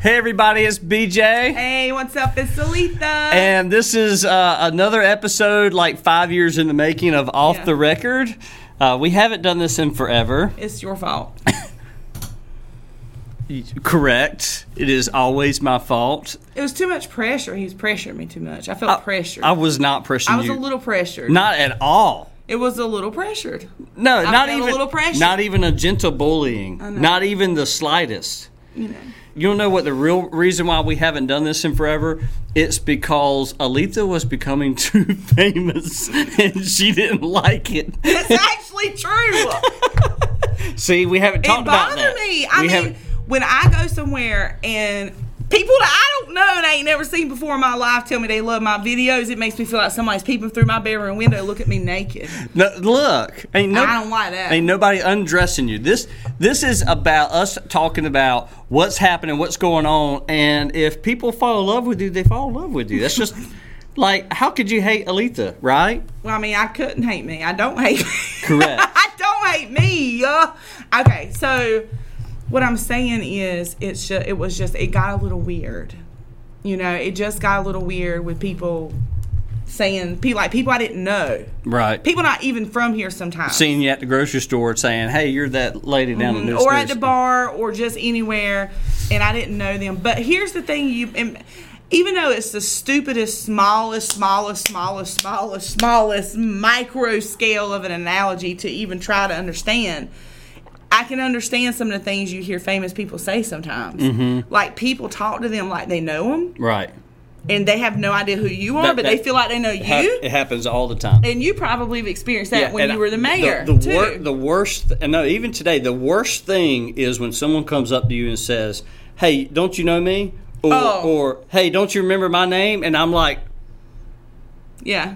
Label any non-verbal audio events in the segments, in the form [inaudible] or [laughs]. Hey everybody, it's BJ. Hey, what's up? It's Salita. And this is uh, another episode, like five years in the making, of Off Yeah. the Record. Uh, we haven't done this in forever. it's your fault. Correct. It is always my fault. It was too much pressure. He was pressuring me too much. I felt pressured. I was not pressuring I was you. a little pressured. Not at all. it was a little pressured. No, not felt a even little pressured. Not even a gentle bullying. know. Not even the slightest. You know. You don't know what the real reason why we haven't done this in forever? It's because Aletha was becoming [laughs] too famous and she didn't like it. It's actually [laughs] true. See, we haven't talked it about that. bothered me. I We mean, haven't- when I go somewhere and people that I don't know and I ain't never seen before in my life tell me they love my videos, it makes me feel like somebody's peeping through my bedroom window, to look at me naked. No, look, ain't no, I don't like that. Ain't nobody undressing you. This this is about us talking about what's happening, what's going on, and if people fall in love with you, they fall in love with you. That's [laughs] just like how could you hate Aletha, right? Well, I mean, I couldn't hate me. I don't hate. Correct. [laughs] I don't hate me. Uh, okay, so what I'm saying is, it's just, it was just it got a little weird. You know, it just got a little weird with people saying people like people I didn't know, Right. people not even from here sometimes, Seeing you at the grocery store saying, "Hey, you're that lady down in this." Mm-hmm. or at this." the bar or just anywhere, and I didn't know them. But here's the thing: you. And, even though it's the stupidest, smallest, smallest, smallest, smallest, smallest micro scale of an analogy to even try to understand, I can understand some of the things you hear famous people say sometimes. Mm-hmm. Like people talk to them like they know them, Right. and they have no idea who you are, That- but that- they feel like they know It hap- you. It happens all the time. and you probably have experienced that Yeah, when and you were the mayor. The, too. wor- the worst, th- no, even today, the worst thing is when someone comes up to you and says, "Hey, don't you know me?" Or, Oh. or "Hey, don't you remember my name?" And I'm like, yeah.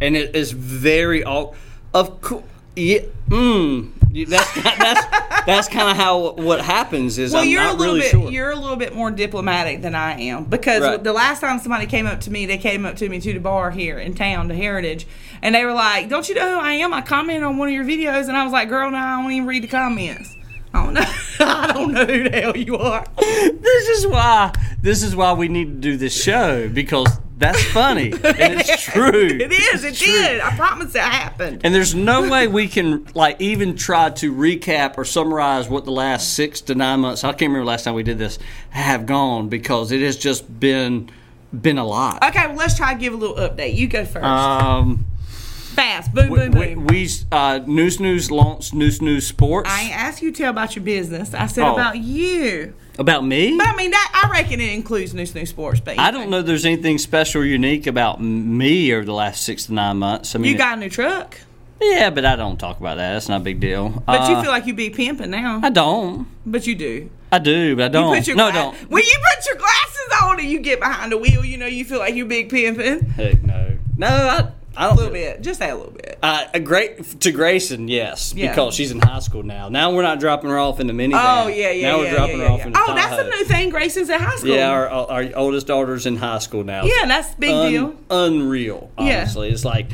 and it is very all of course. Yeah, mm, You- that's ki- [laughs] that's that's kind of how what happens is. Well, I'm you're not a little really bit sure. you're a little bit more diplomatic than I am because Right. the last time somebody came up to me, they came up to me to the bar here in town, the Heritage, and they were like, "Don't you know who I am? I commented on one of your videos," and I was like, "Girl, no, I don't even read the comments. I don't know. [laughs] I don't know who the hell you are." [laughs] this is why this is why we need to do this show because that's funny and it's true. [laughs] It is. It did. I promise it happened. And there's no way we can like even try to recap or summarize what the last six to nine months I can't remember last time we did this have gone because it has just been been a lot. Okay, well, let's try to give a little update. You go first. Um, Fast. Boom, we, boom, we, boom. we, uh, News News launched News News Sports I ain't asked you to tell about your business. I said Oh. about you. about me. But I mean, that I reckon it includes new, new sports. But I don't know. If there's anything special or unique about me over the last six to nine months. I mean, You got a new truck, yeah, but I don't talk about that. That's not a big deal. but Uh, you feel like you be pimping now. I don't. but you do. I do, but I You don't. put your no, I gla- don't. When you put your glasses on and you get behind the wheel, you know you feel like you big pimping. Heck no. No, I, I don't. A little bit, just a little bit. Uh, a great to Grayson, yes, Yeah. because she's in high school now. Now we're not dropping her off in the minivan. Oh yeah, yeah. Now yeah, we're dropping yeah, her off yeah. in the Oh, that's a Tahoe. new thing. Grayson's at high school. Yeah, our, our oldest daughter's in high school now. Yeah, that's big Un- deal. Unreal, Yeah. honestly. It's like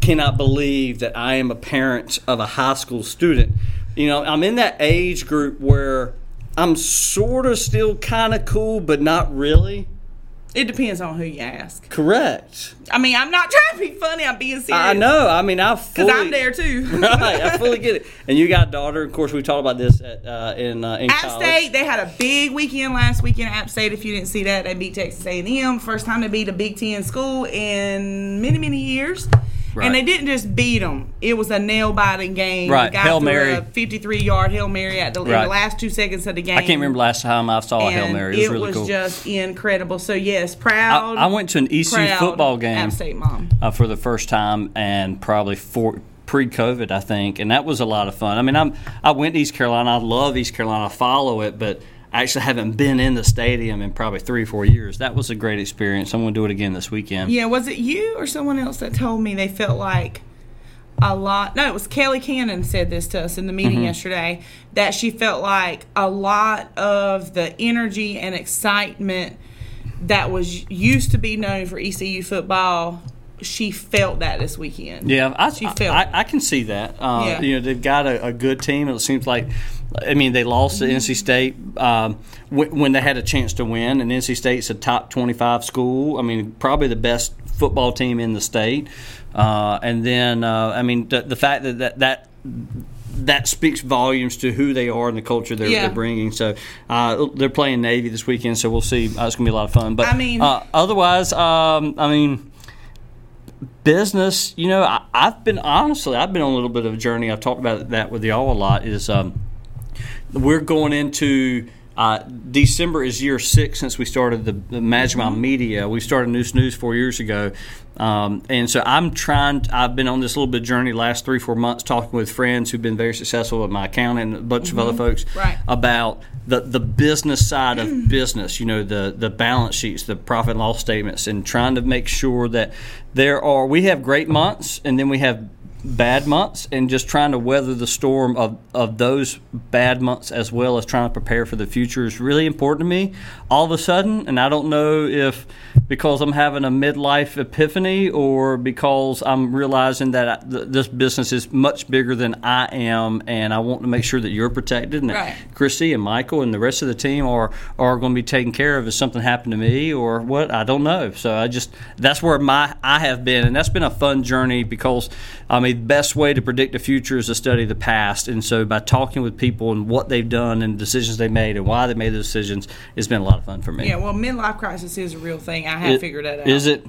cannot believe that I am a parent of a high school student. You know, I'm in that age group where I'm sort of still kind of cool, but not really. It depends on who you ask. Correct. I mean, I'm not trying to be funny. I'm being serious. I know. I mean, I fully Because I'm there too. [laughs] right, I fully get it. And you got a daughter. Of course, we talked about this at, uh, in uh, in App college. State, they had a big weekend last weekend. App State, if you didn't see that, they beat Texas A&M. First time they beat a Big Ten school in many, many years. Right. And they didn't just beat them. It was a nail-biting game. Right. The guy Hail threw Mary. a 53-yard Hail Mary at the, in Right. the last two seconds of the game. I can't remember last time I saw a and hail mary. It was really cool. just incredible. So, yes, I, proud, I went to an ECU proud football game App State mom. uh, for the first time, and probably for pre-COVID, I think, and that was a lot of fun. I mean, I'm I went to East Carolina. I love East Carolina. I follow it, but. I actually haven't been in the stadium in probably three or four years. That was a great experience. I'm going to do it again this weekend. Yeah, was it you or someone else that told me they felt like a lot? No, it was Kelly Cannon said this to us in the Mm-hmm. meeting yesterday that she felt like a lot of the energy and excitement that was used to be known for ECU football. She felt that this weekend. Yeah, I, She I- felt I, I can see that. Uh, Yeah. You know, they've got a, a good team. It seems like I mean, they lost Mm-hmm. to NC State um, w- when they had a chance to win, and NC State's a top 25 school. I mean, probably the best football team in the state. Uh, and then, uh, I mean, the, the fact that that, that that speaks volumes to who they are and the culture they're, Yeah. they're bringing. So uh, they're playing Navy this weekend, so we'll see. Uh, it's going to be a lot of fun. But I mean- uh, otherwise, um, I mean business, you know, I, I've been honestly, I've been on a little bit of a journey. I've talked about that with y'all a lot. Is um, we're going into uh, December is year six since we started the, the Magimile Mm-hmm. Media. We started New Snooze four years ago, um, and so I'm trying. I've been on this little bit of journey last three four months talking with friends who've been very successful with my accountant and a bunch of other folks Mm-hmm. Right. about the, the business side of business, you know, the, the balance sheets, the profit and loss statements, and trying to make sure that there are, we have great months and then we have bad months, and just trying to weather the storm of, of those bad months as well as trying to prepare for the future is really important to me all of a sudden. And I don't know if because I'm having a midlife epiphany or because I'm realizing that I, th- this business is much bigger than I am, and I want to make sure that you're protected and that Right. Christy and Michael and the rest of the team are are going to be taken care of if something happened to me or what I don't know. So I just that's where my I have been, and that's been a fun journey because I mean, best way to predict the future is to study the past, and so by talking with people and what they've done and decisions they made and why they made the decisions, it's been a lot of fun for me. Yeah, well, midlife crisis is a real thing. I have It- figured that out. Is it?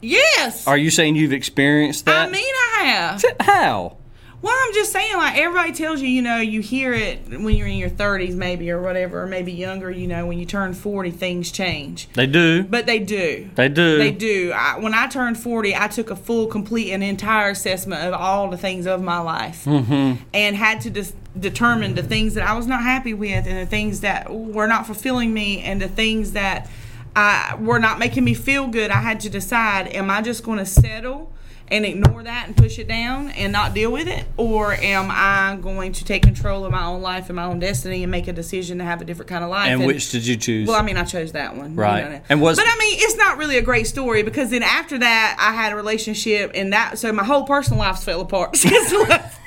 Yes. Are you saying you've experienced that? I mean, I have. how? Well, I'm just saying, like everybody tells you, you know, you hear it when you're in your 30s, maybe or whatever, or maybe younger. You know, when you turn 40, things change, They do. but they do. they do. They do. I, when I turned 40, I took a full, complete, and entire assessment of all the things of my life Mm-hmm. and had to dis- determine the things that I was not happy with and the things that were not fulfilling me and the things that uh, were not making me feel good. I had to decide am I just going to settle? And ignore that and push it down and not deal with it? Or am I going to take control of my own life and my own destiny and make a decision to have a different kind of life? And which did you choose? Well, I mean, I chose that one. You Right. know. And was- but I mean, it's not really a great story because then after that, I had a relationship, and that so my whole personal life fell apart. [laughs] Since left.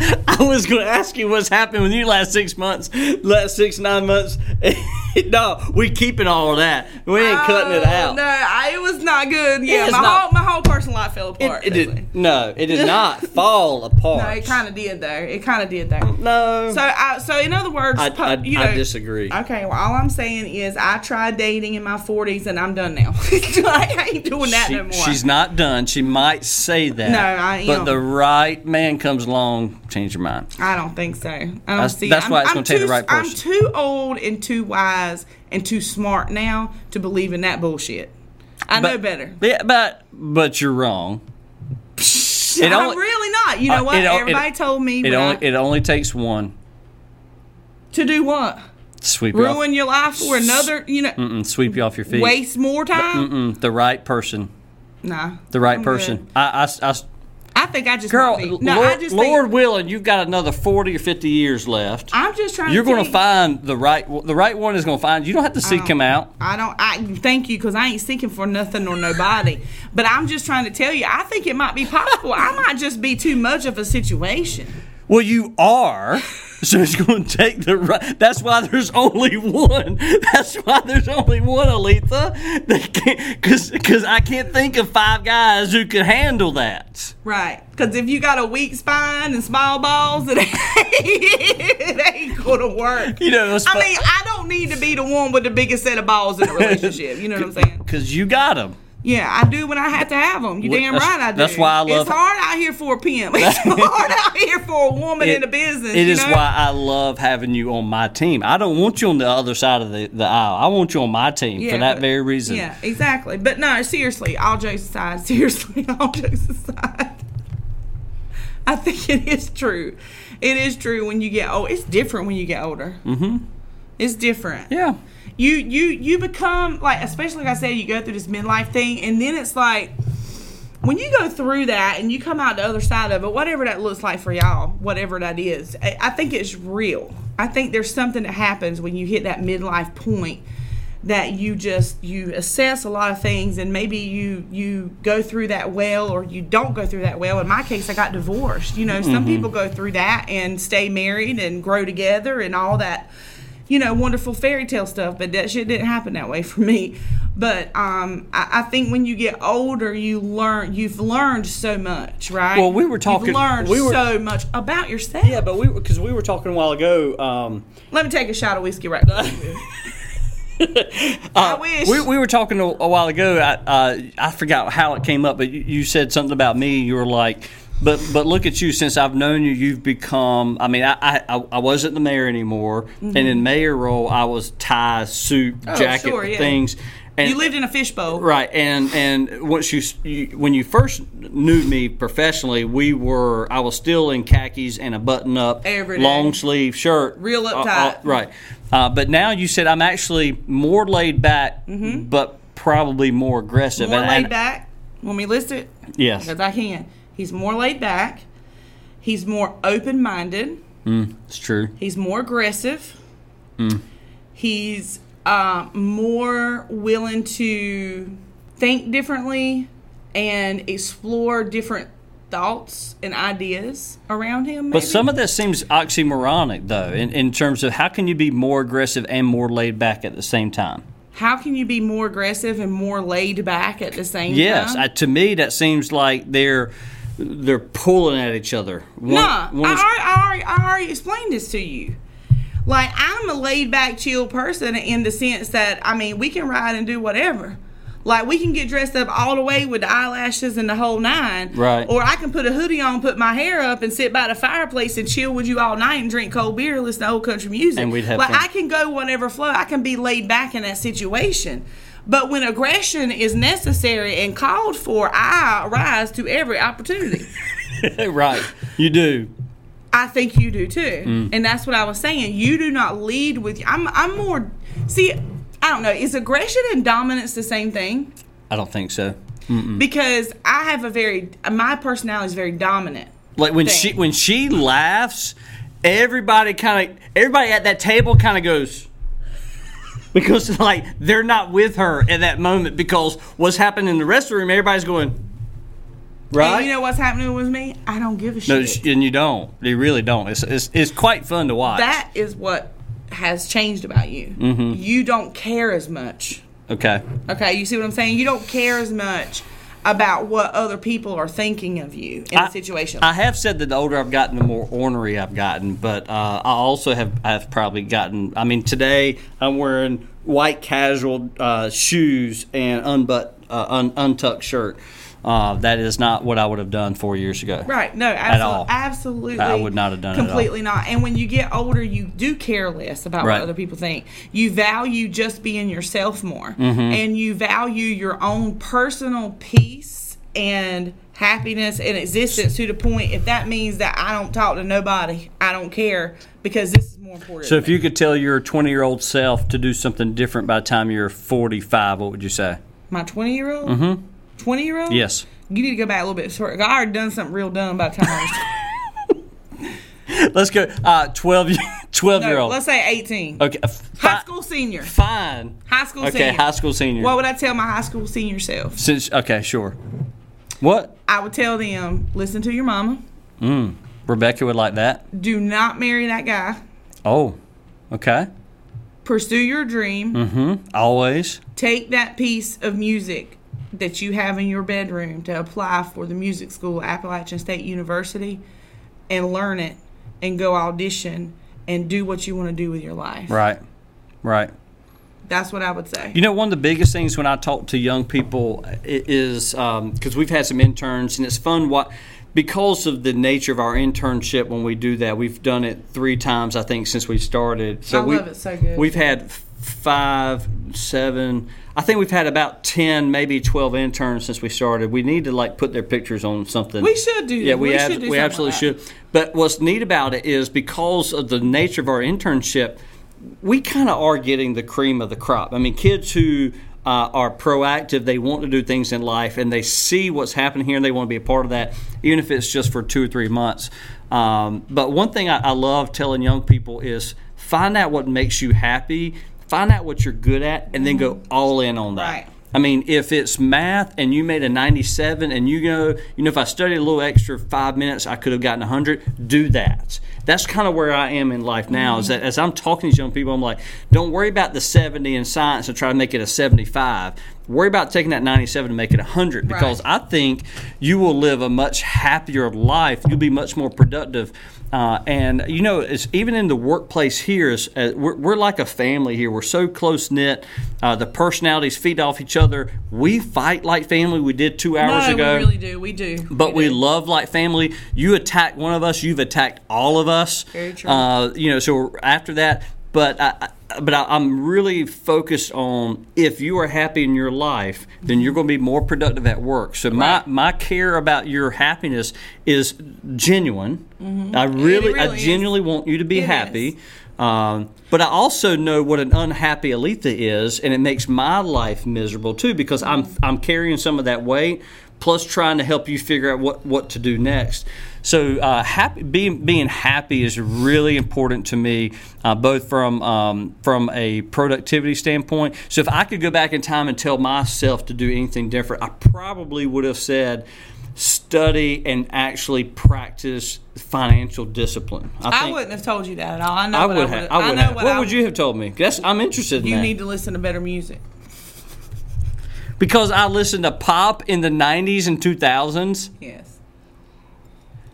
[laughs] I was going to ask you what's happened with you last six months, last six nine months. [laughs] no, we keeping all of that. We ain't cutting it Oh, out. No, I, it was not good. Yeah, is my not- whole my whole personal life fell apart. It, it basically. did, no, it did [laughs] not fall apart. No, it kind of did though. It kind of did though. No, So, I, so in other words, I, pu- I, you know, I disagree. Okay, well, all I'm saying is I tried dating in my 40s and I'm done now. [laughs] I ain't doing that She- no more. She's not done. She might say that. No, I But am. the right man comes along, change your mind. I don't think so. I don't That's- see. that's I'm, why it's I'm gonna take the too- right I'm person. too old and too wise and too smart now to believe in that bullshit. I know But- better. Yeah, but but you're wrong. It [laughs] I'm really not. You know uh, what? it o- it- Everybody told me It when only I- it only takes one. to do what? Sweep you off, Ruin your life for another? You know, mm, sweep you off your feet. waste more time? Mm, the right person. Nah, the right I'm person. good. I, I- I- I think I just girl, might be. No, I Lord, just Lord Think, willing, you've got another forty or fifty years left. I'm just trying. You're to going tell to you- find the right. The right one is going to find. You don't have to Oh. seek him out. I don't. I thank you because I ain't seeking for nothing or nobody. but I'm just trying to tell you. I think it might be possible. I might just be too much of a situation. Well, you are. [laughs] So it's going to take the right. That's why there's only one. [laughs] That's why there's only one, Aletha. They can't, cause, cause I can't think of five guys who could handle that. Right. Because if you got a weak spine and small balls, it ain't, [laughs] it ain't going to work. You know, it's I mean, I don't need to be the one with the biggest set of balls in a relationship. You know what [laughs] I'm saying? because you got him. Yeah, I do when I have to have them. You Well, damn that's- right I do. that's why I love- It's hard out here for a pimp. [laughs] [laughs] It's hard out here for a woman in It- the business. It you is know? why I love having you on my team. I don't want you on the other side of the, the aisle. I want you on my team for that but- very reason. Yeah, exactly. But no, seriously, all jokes aside, [laughs] seriously, all jokes aside, I think it is true. It is true when you get old. It's different when you get older. Mm-hmm. It's different. Yeah. You you you become like, especially like I said, you go through this midlife thing, and then it's like. When you go through that and you come out the other side of it, whatever that looks like for y'all, whatever that is, I I think it's real. I think there's something that happens when you hit that midlife point that you just you assess a lot of things and maybe you you go through that well or you don't go through that well in my case i got divorced you know some people go through that and stay married and grow together and all that you know, wonderful fairy tale stuff, but that shit didn't happen that way [laughs] for me. But um, I, I think when you get older, you learn you've learned so much, right? Well, we were talking- You've learned we were- so much about yourself. Yeah, but we because we were talking a while ago. Um, Let me take a shot of whiskey [laughs] right. now. I wish. Uh, we, we were talking a, a while ago. I uh, I forgot how it came up, but you, you said something about me. You were like, but but look at you. Since I've known you, you've become. I mean, I I- I, I wasn't the mayor anymore, and in mayor role, I was tie, suit, jacket, Mm-hmm. Oh, sure, yeah. things. And you lived in a fishbowl. Right, and and once you, you when you first knew me professionally, we were I was still in khakis and a button up, Every day. long sleeve shirt, Real Uh, uh, uptight. right, uh, but now you said I'm actually more laid back, but probably more aggressive. Mm-hmm. More and- laid and- back. When we list it, Yes. because I can. He's more laid back. He's more open minded. It's true. He's more aggressive. Mm. He's uh, more willing to think differently and explore different thoughts and ideas around him. But some of that seems oxymoronic, though, in, in terms of how can you be more aggressive and more laid back at the same time? How can you be more aggressive and more laid back at the same Yes, time? I, to me that seems like they're they're pulling at each other. One, Nah, I one is- already, I, already, I already explained this to you. Like, I'm a laid back, chill person in the sense that, I mean, we can ride and do whatever. Like, we can get dressed up all the way with the eyelashes and the whole nine. Right. Or I can put a hoodie on, put my hair up, and sit by the fireplace and chill with you all night and drink cold beer and listen to old country music. And we'd have like, fun. I can go whatever flow. I can be laid back in that situation. But when aggression is necessary and called for, I rise to every opportunity. [laughs] right. You do. I think you do too. Mm. And that's what I was saying. You do not lead with I'm I'm more see, I don't know, is aggression and dominance the same thing? I don't think so. Mm. Because I have a very my personality is very dominant. Like when she Thing. when she laughs, everybody kind of everybody at that table kind of goes [laughs] because like they're not with her at that moment because what's happening in the rest of the room everybody's going right. And you know what's happening with me? I don't give a no, shit. sh- and you don't. You really don't. It's, it's it's quite fun to watch. that is what has changed about you. Mm-hmm. You don't care as much. okay. Okay, you see what I'm saying? You don't care as much about what other people are thinking of you in a situation. I have said that the older I've gotten, the more ornery I've gotten. But uh, I also have I've probably gotten. I mean, today I'm wearing white casual uh, shoes and unbut uh, un, untucked shirt. Uh, that is not what I would have done four years ago. Right. No, At absolutely. all. Absolutely. I would not have done it at all. Completely not. And when you get older, you do care less about Right. what other people think. You value just being yourself more. Mm-hmm. And you value your own personal peace and happiness and existence to the point if that means that I don't talk to nobody, I don't care because this is more important. So if you could tell your 20 year old self to do something different by the time you're 45, what would you say? my 20 year old? 20 year old? Mm-hmm. Yes. You need to go back a little bit. short. I already done something real dumb by the time I was [laughs] Let's go. Uh, [laughs] 12 12 year no, old. Let's say 18. Okay. High fi- school senior. Fine. High school Okay. senior. High school senior. What would I tell my high school senior self? Since okay, sure. What? I would tell them, listen to your mama. Rebecca would like that. Do not marry that guy. Oh, okay. Pursue your dream. Mm-hmm. Always. Take that piece of music that you have in your bedroom to apply for the music school at Appalachian State University and learn it and go audition and do what you want to do with your life. Right. Right. That's what I would say. You know, one of the biggest things when I talk to young people i- is because we've had some interns, and it's fun what because of the nature of our internship when we do that we've done it three times i think since we started so I we, love it so good. we've had f- five seven i think we've had about 10 maybe 12 interns since we started we need to like put their pictures on something We should do yeah that. we, We ab- should do we something absolutely like that. should But what's neat about it is because of the nature of our internship, we kind of are getting the cream of the crop. I mean, kids who uh, are proactive, they want to do things in life, and they see what's happening here, and they want to be a part of that, even if it's just for two or three months. Um, but one thing I, I love telling young people is find out what makes you happy find out what you're good at and then go all in on that. Right. I mean, if it's math and you made a 97 and you go, you know, if I studied a little extra five minutes, I could have gotten 100, do that. That's kind of where I am in life now is that as I'm talking to these young people, I'm like, don't worry about the 70 in science and try to make it a 75. Worry about taking that 97 and make it 100 because I think you will live a much happier life. You'll be much more productive. Uh, and you know, it's even in the workplace here. Is, uh, we're, we're like a family here. We're so close knit. Uh, the personalities feed off each other. We fight like family. We did two hours no, ago, we really do. We do. but we do. love like family. You attack one of us, you've attacked all of us. Very true. Uh, you know, so after that, but I, I but I, I'm really focused on if you are happy in your life, then you're going to be more productive at work. So Right. my my care about your happiness is genuine. I really, Mm-hmm. really I is. genuinely want you to be It happy. Um, but I also know what an unhappy Aletha is, and it makes my life miserable too because I'm I'm carrying some of that weight, plus trying to help you figure out what, what to do next. So uh, happy being being happy is really important to me, uh, both from um, from a productivity standpoint. So if I could go back in time and tell myself to do anything different, I probably would have said study and actually practice financial discipline. I, think- wouldn't have told you that at all. I know. I what would I have. would've- I would know have. What, What, I would you have told me? That's I'm interested in You that. need to listen to better music. because I listened to pop in the '90s and 2000s, Yes,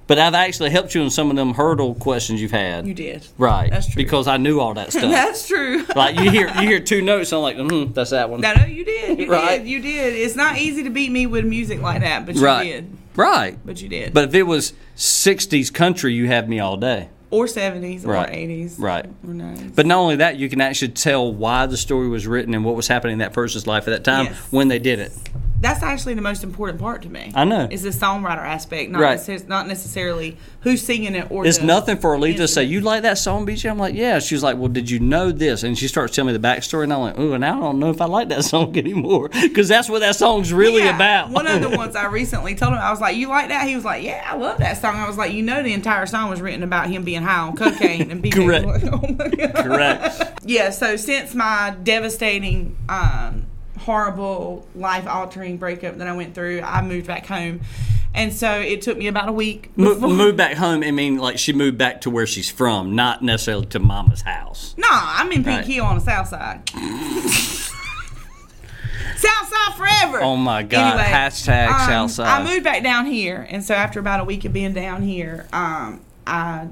but I've actually helped you in some of them hurdle questions you've had. you did. Right. That's true. Because I knew all [laughs] that stuff. That's true. like you hear you hear two notes, I'm like, mm, that's that one. No, no, you did. You Right. did. You did. It's not easy to beat me with music like that, but you right. did. Right. But you did. But if it was '60s country, you have me all day. or seventies Right. or eighties. Right. Or 90s. But not only that, you can actually tell why the story was written and what was happening in that person's life at that time Yes. when they did it. That's actually the most important part to me. I know. Is the songwriter aspect, not, Right. necess- not necessarily who's singing it or It's the- nothing for Alita to Yes. say, You like that song, BJ? I'm like, Yeah. She was like, Well, did you know this? And she starts telling me the backstory, and I'm like, Ooh, and I don't know if I like that [laughs] song anymore. Because that's what that song's really Yeah. about. [laughs] One of the ones I recently told him, I was like, "You like that?" He was like, "Yeah, I love that song." I was like, "You know, the entire song was written about him being high on cocaine and being Correct. [laughs] Oh my God. [laughs] Correct. Yeah. So since my devastating, um, horrible, life-altering breakup that I went through, I moved back home, and so it took me about a week. Mo- before- move back home, I mean, like, she moved back to where she's from, not necessarily to mama's house. Nah, I'm in Pink Right. Hill on the South Side. South Side forever. um, Oh my God. Hashtag South Side. I moved back down here, and so after about a week of being down here, um, I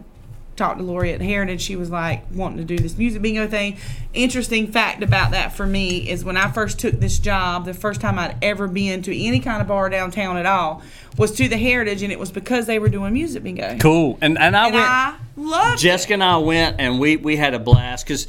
talked to Lori at Heritage. She was like wanting to do this music bingo thing. Interesting fact about that for me is when I first took this job, the first time I'd ever been to any kind of bar downtown at all was to the Heritage, and it was because they were doing music bingo. Cool. And, and I And went. I loved it. Jessica and I went, and we we had a blast because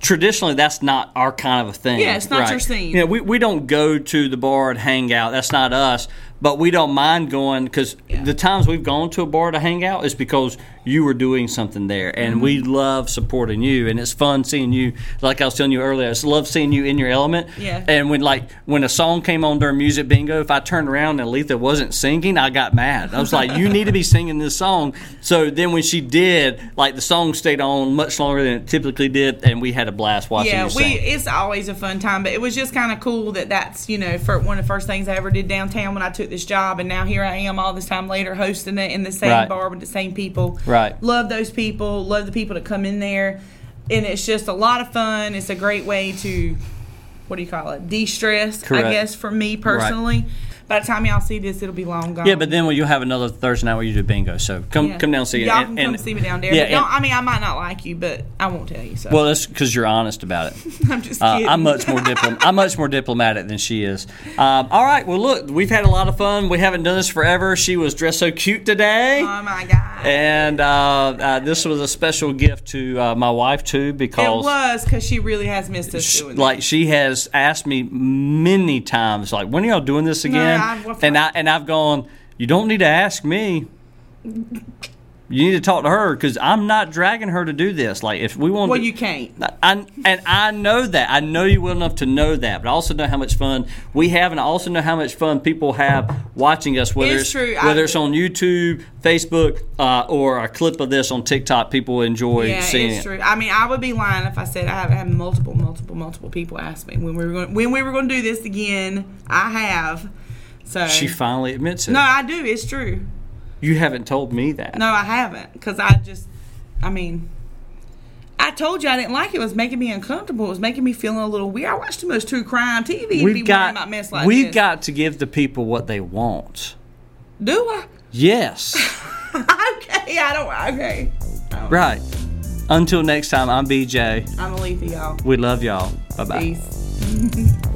traditionally that's not our kind of a thing. Yeah, it's not your scene. You know, we we don't go to the bar and hang out. That's not us. But we don't mind going because the times we've gone to a bar to hang out is because you were doing something there, and we Mm-hmm. love supporting you, and it's fun seeing you. Like I was telling you earlier, I just love seeing you in your element. Yeah. And when like when a song came on during music bingo, if I turned around and Letha wasn't singing, I got mad. I was like, "You need to be singing this song." So then when she did, like the song stayed on much longer than it typically did, and we had a blast watching yeah you we sing. it's always a fun time but it was just kind of cool that that's you know for one of the first things i ever did downtown when i took this job and now here i am all this time later hosting it in the same Right. bar with the same people Right. love those people love the people that come in there and it's just a lot of fun it's a great way to what do you call it de-stress i Correct. guess for me personally by the time y'all see this it'll be long gone Yeah, but then well, you'll have another Thursday night where you do bingo. So come Yeah. come down and see. y'all and, can and- come see me down there Yeah, but don't, and- i mean i might not like you but i won't tell you so well, that's because you're honest about it. [laughs] i'm just Uh, kidding I'm much more diplom- I'm much more diplomatic than she is. Um, all right, well, look, we've had a lot of fun. We haven't done this forever. She was dressed so cute today. oh my god And uh, uh, this was a special gift to uh, my wife too, It because was because she really has missed us sh- doing that. like she has asked me many times, like, when are y'all doing this again? I've- and I and I've gone, you don't need to ask me. you need to talk to her because I'm not dragging her to do this. Like if we want, Well, to, you can't. I, and I know that. I know you well enough to know that, but I also know how much fun we have, and I also know how much fun people have watching us, whether It's it's, true. I- whether it's on YouTube, Facebook, uh, or a clip of this on TikTok. People enjoy Yeah, seeing it's it. true. I mean, I would be lying if I said I have had multiple, multiple, multiple people ask me when we were going when we were going to do this again. I have. So She finally admits it. no, I do. It's true. You haven't told me that. No, I haven't because I just, I mean, I told you I didn't like it. It was making me uncomfortable. It was making me feeling a little weird. I watch too much true crime TV. and be We've worrying got about mess like we've this. got to give the people what they want. Do I? [laughs] Yes, okay, I don't. Okay, right. Until next time, I'm BJ. I'm Alethea, y'all. We love y'all. Bye bye. Peace.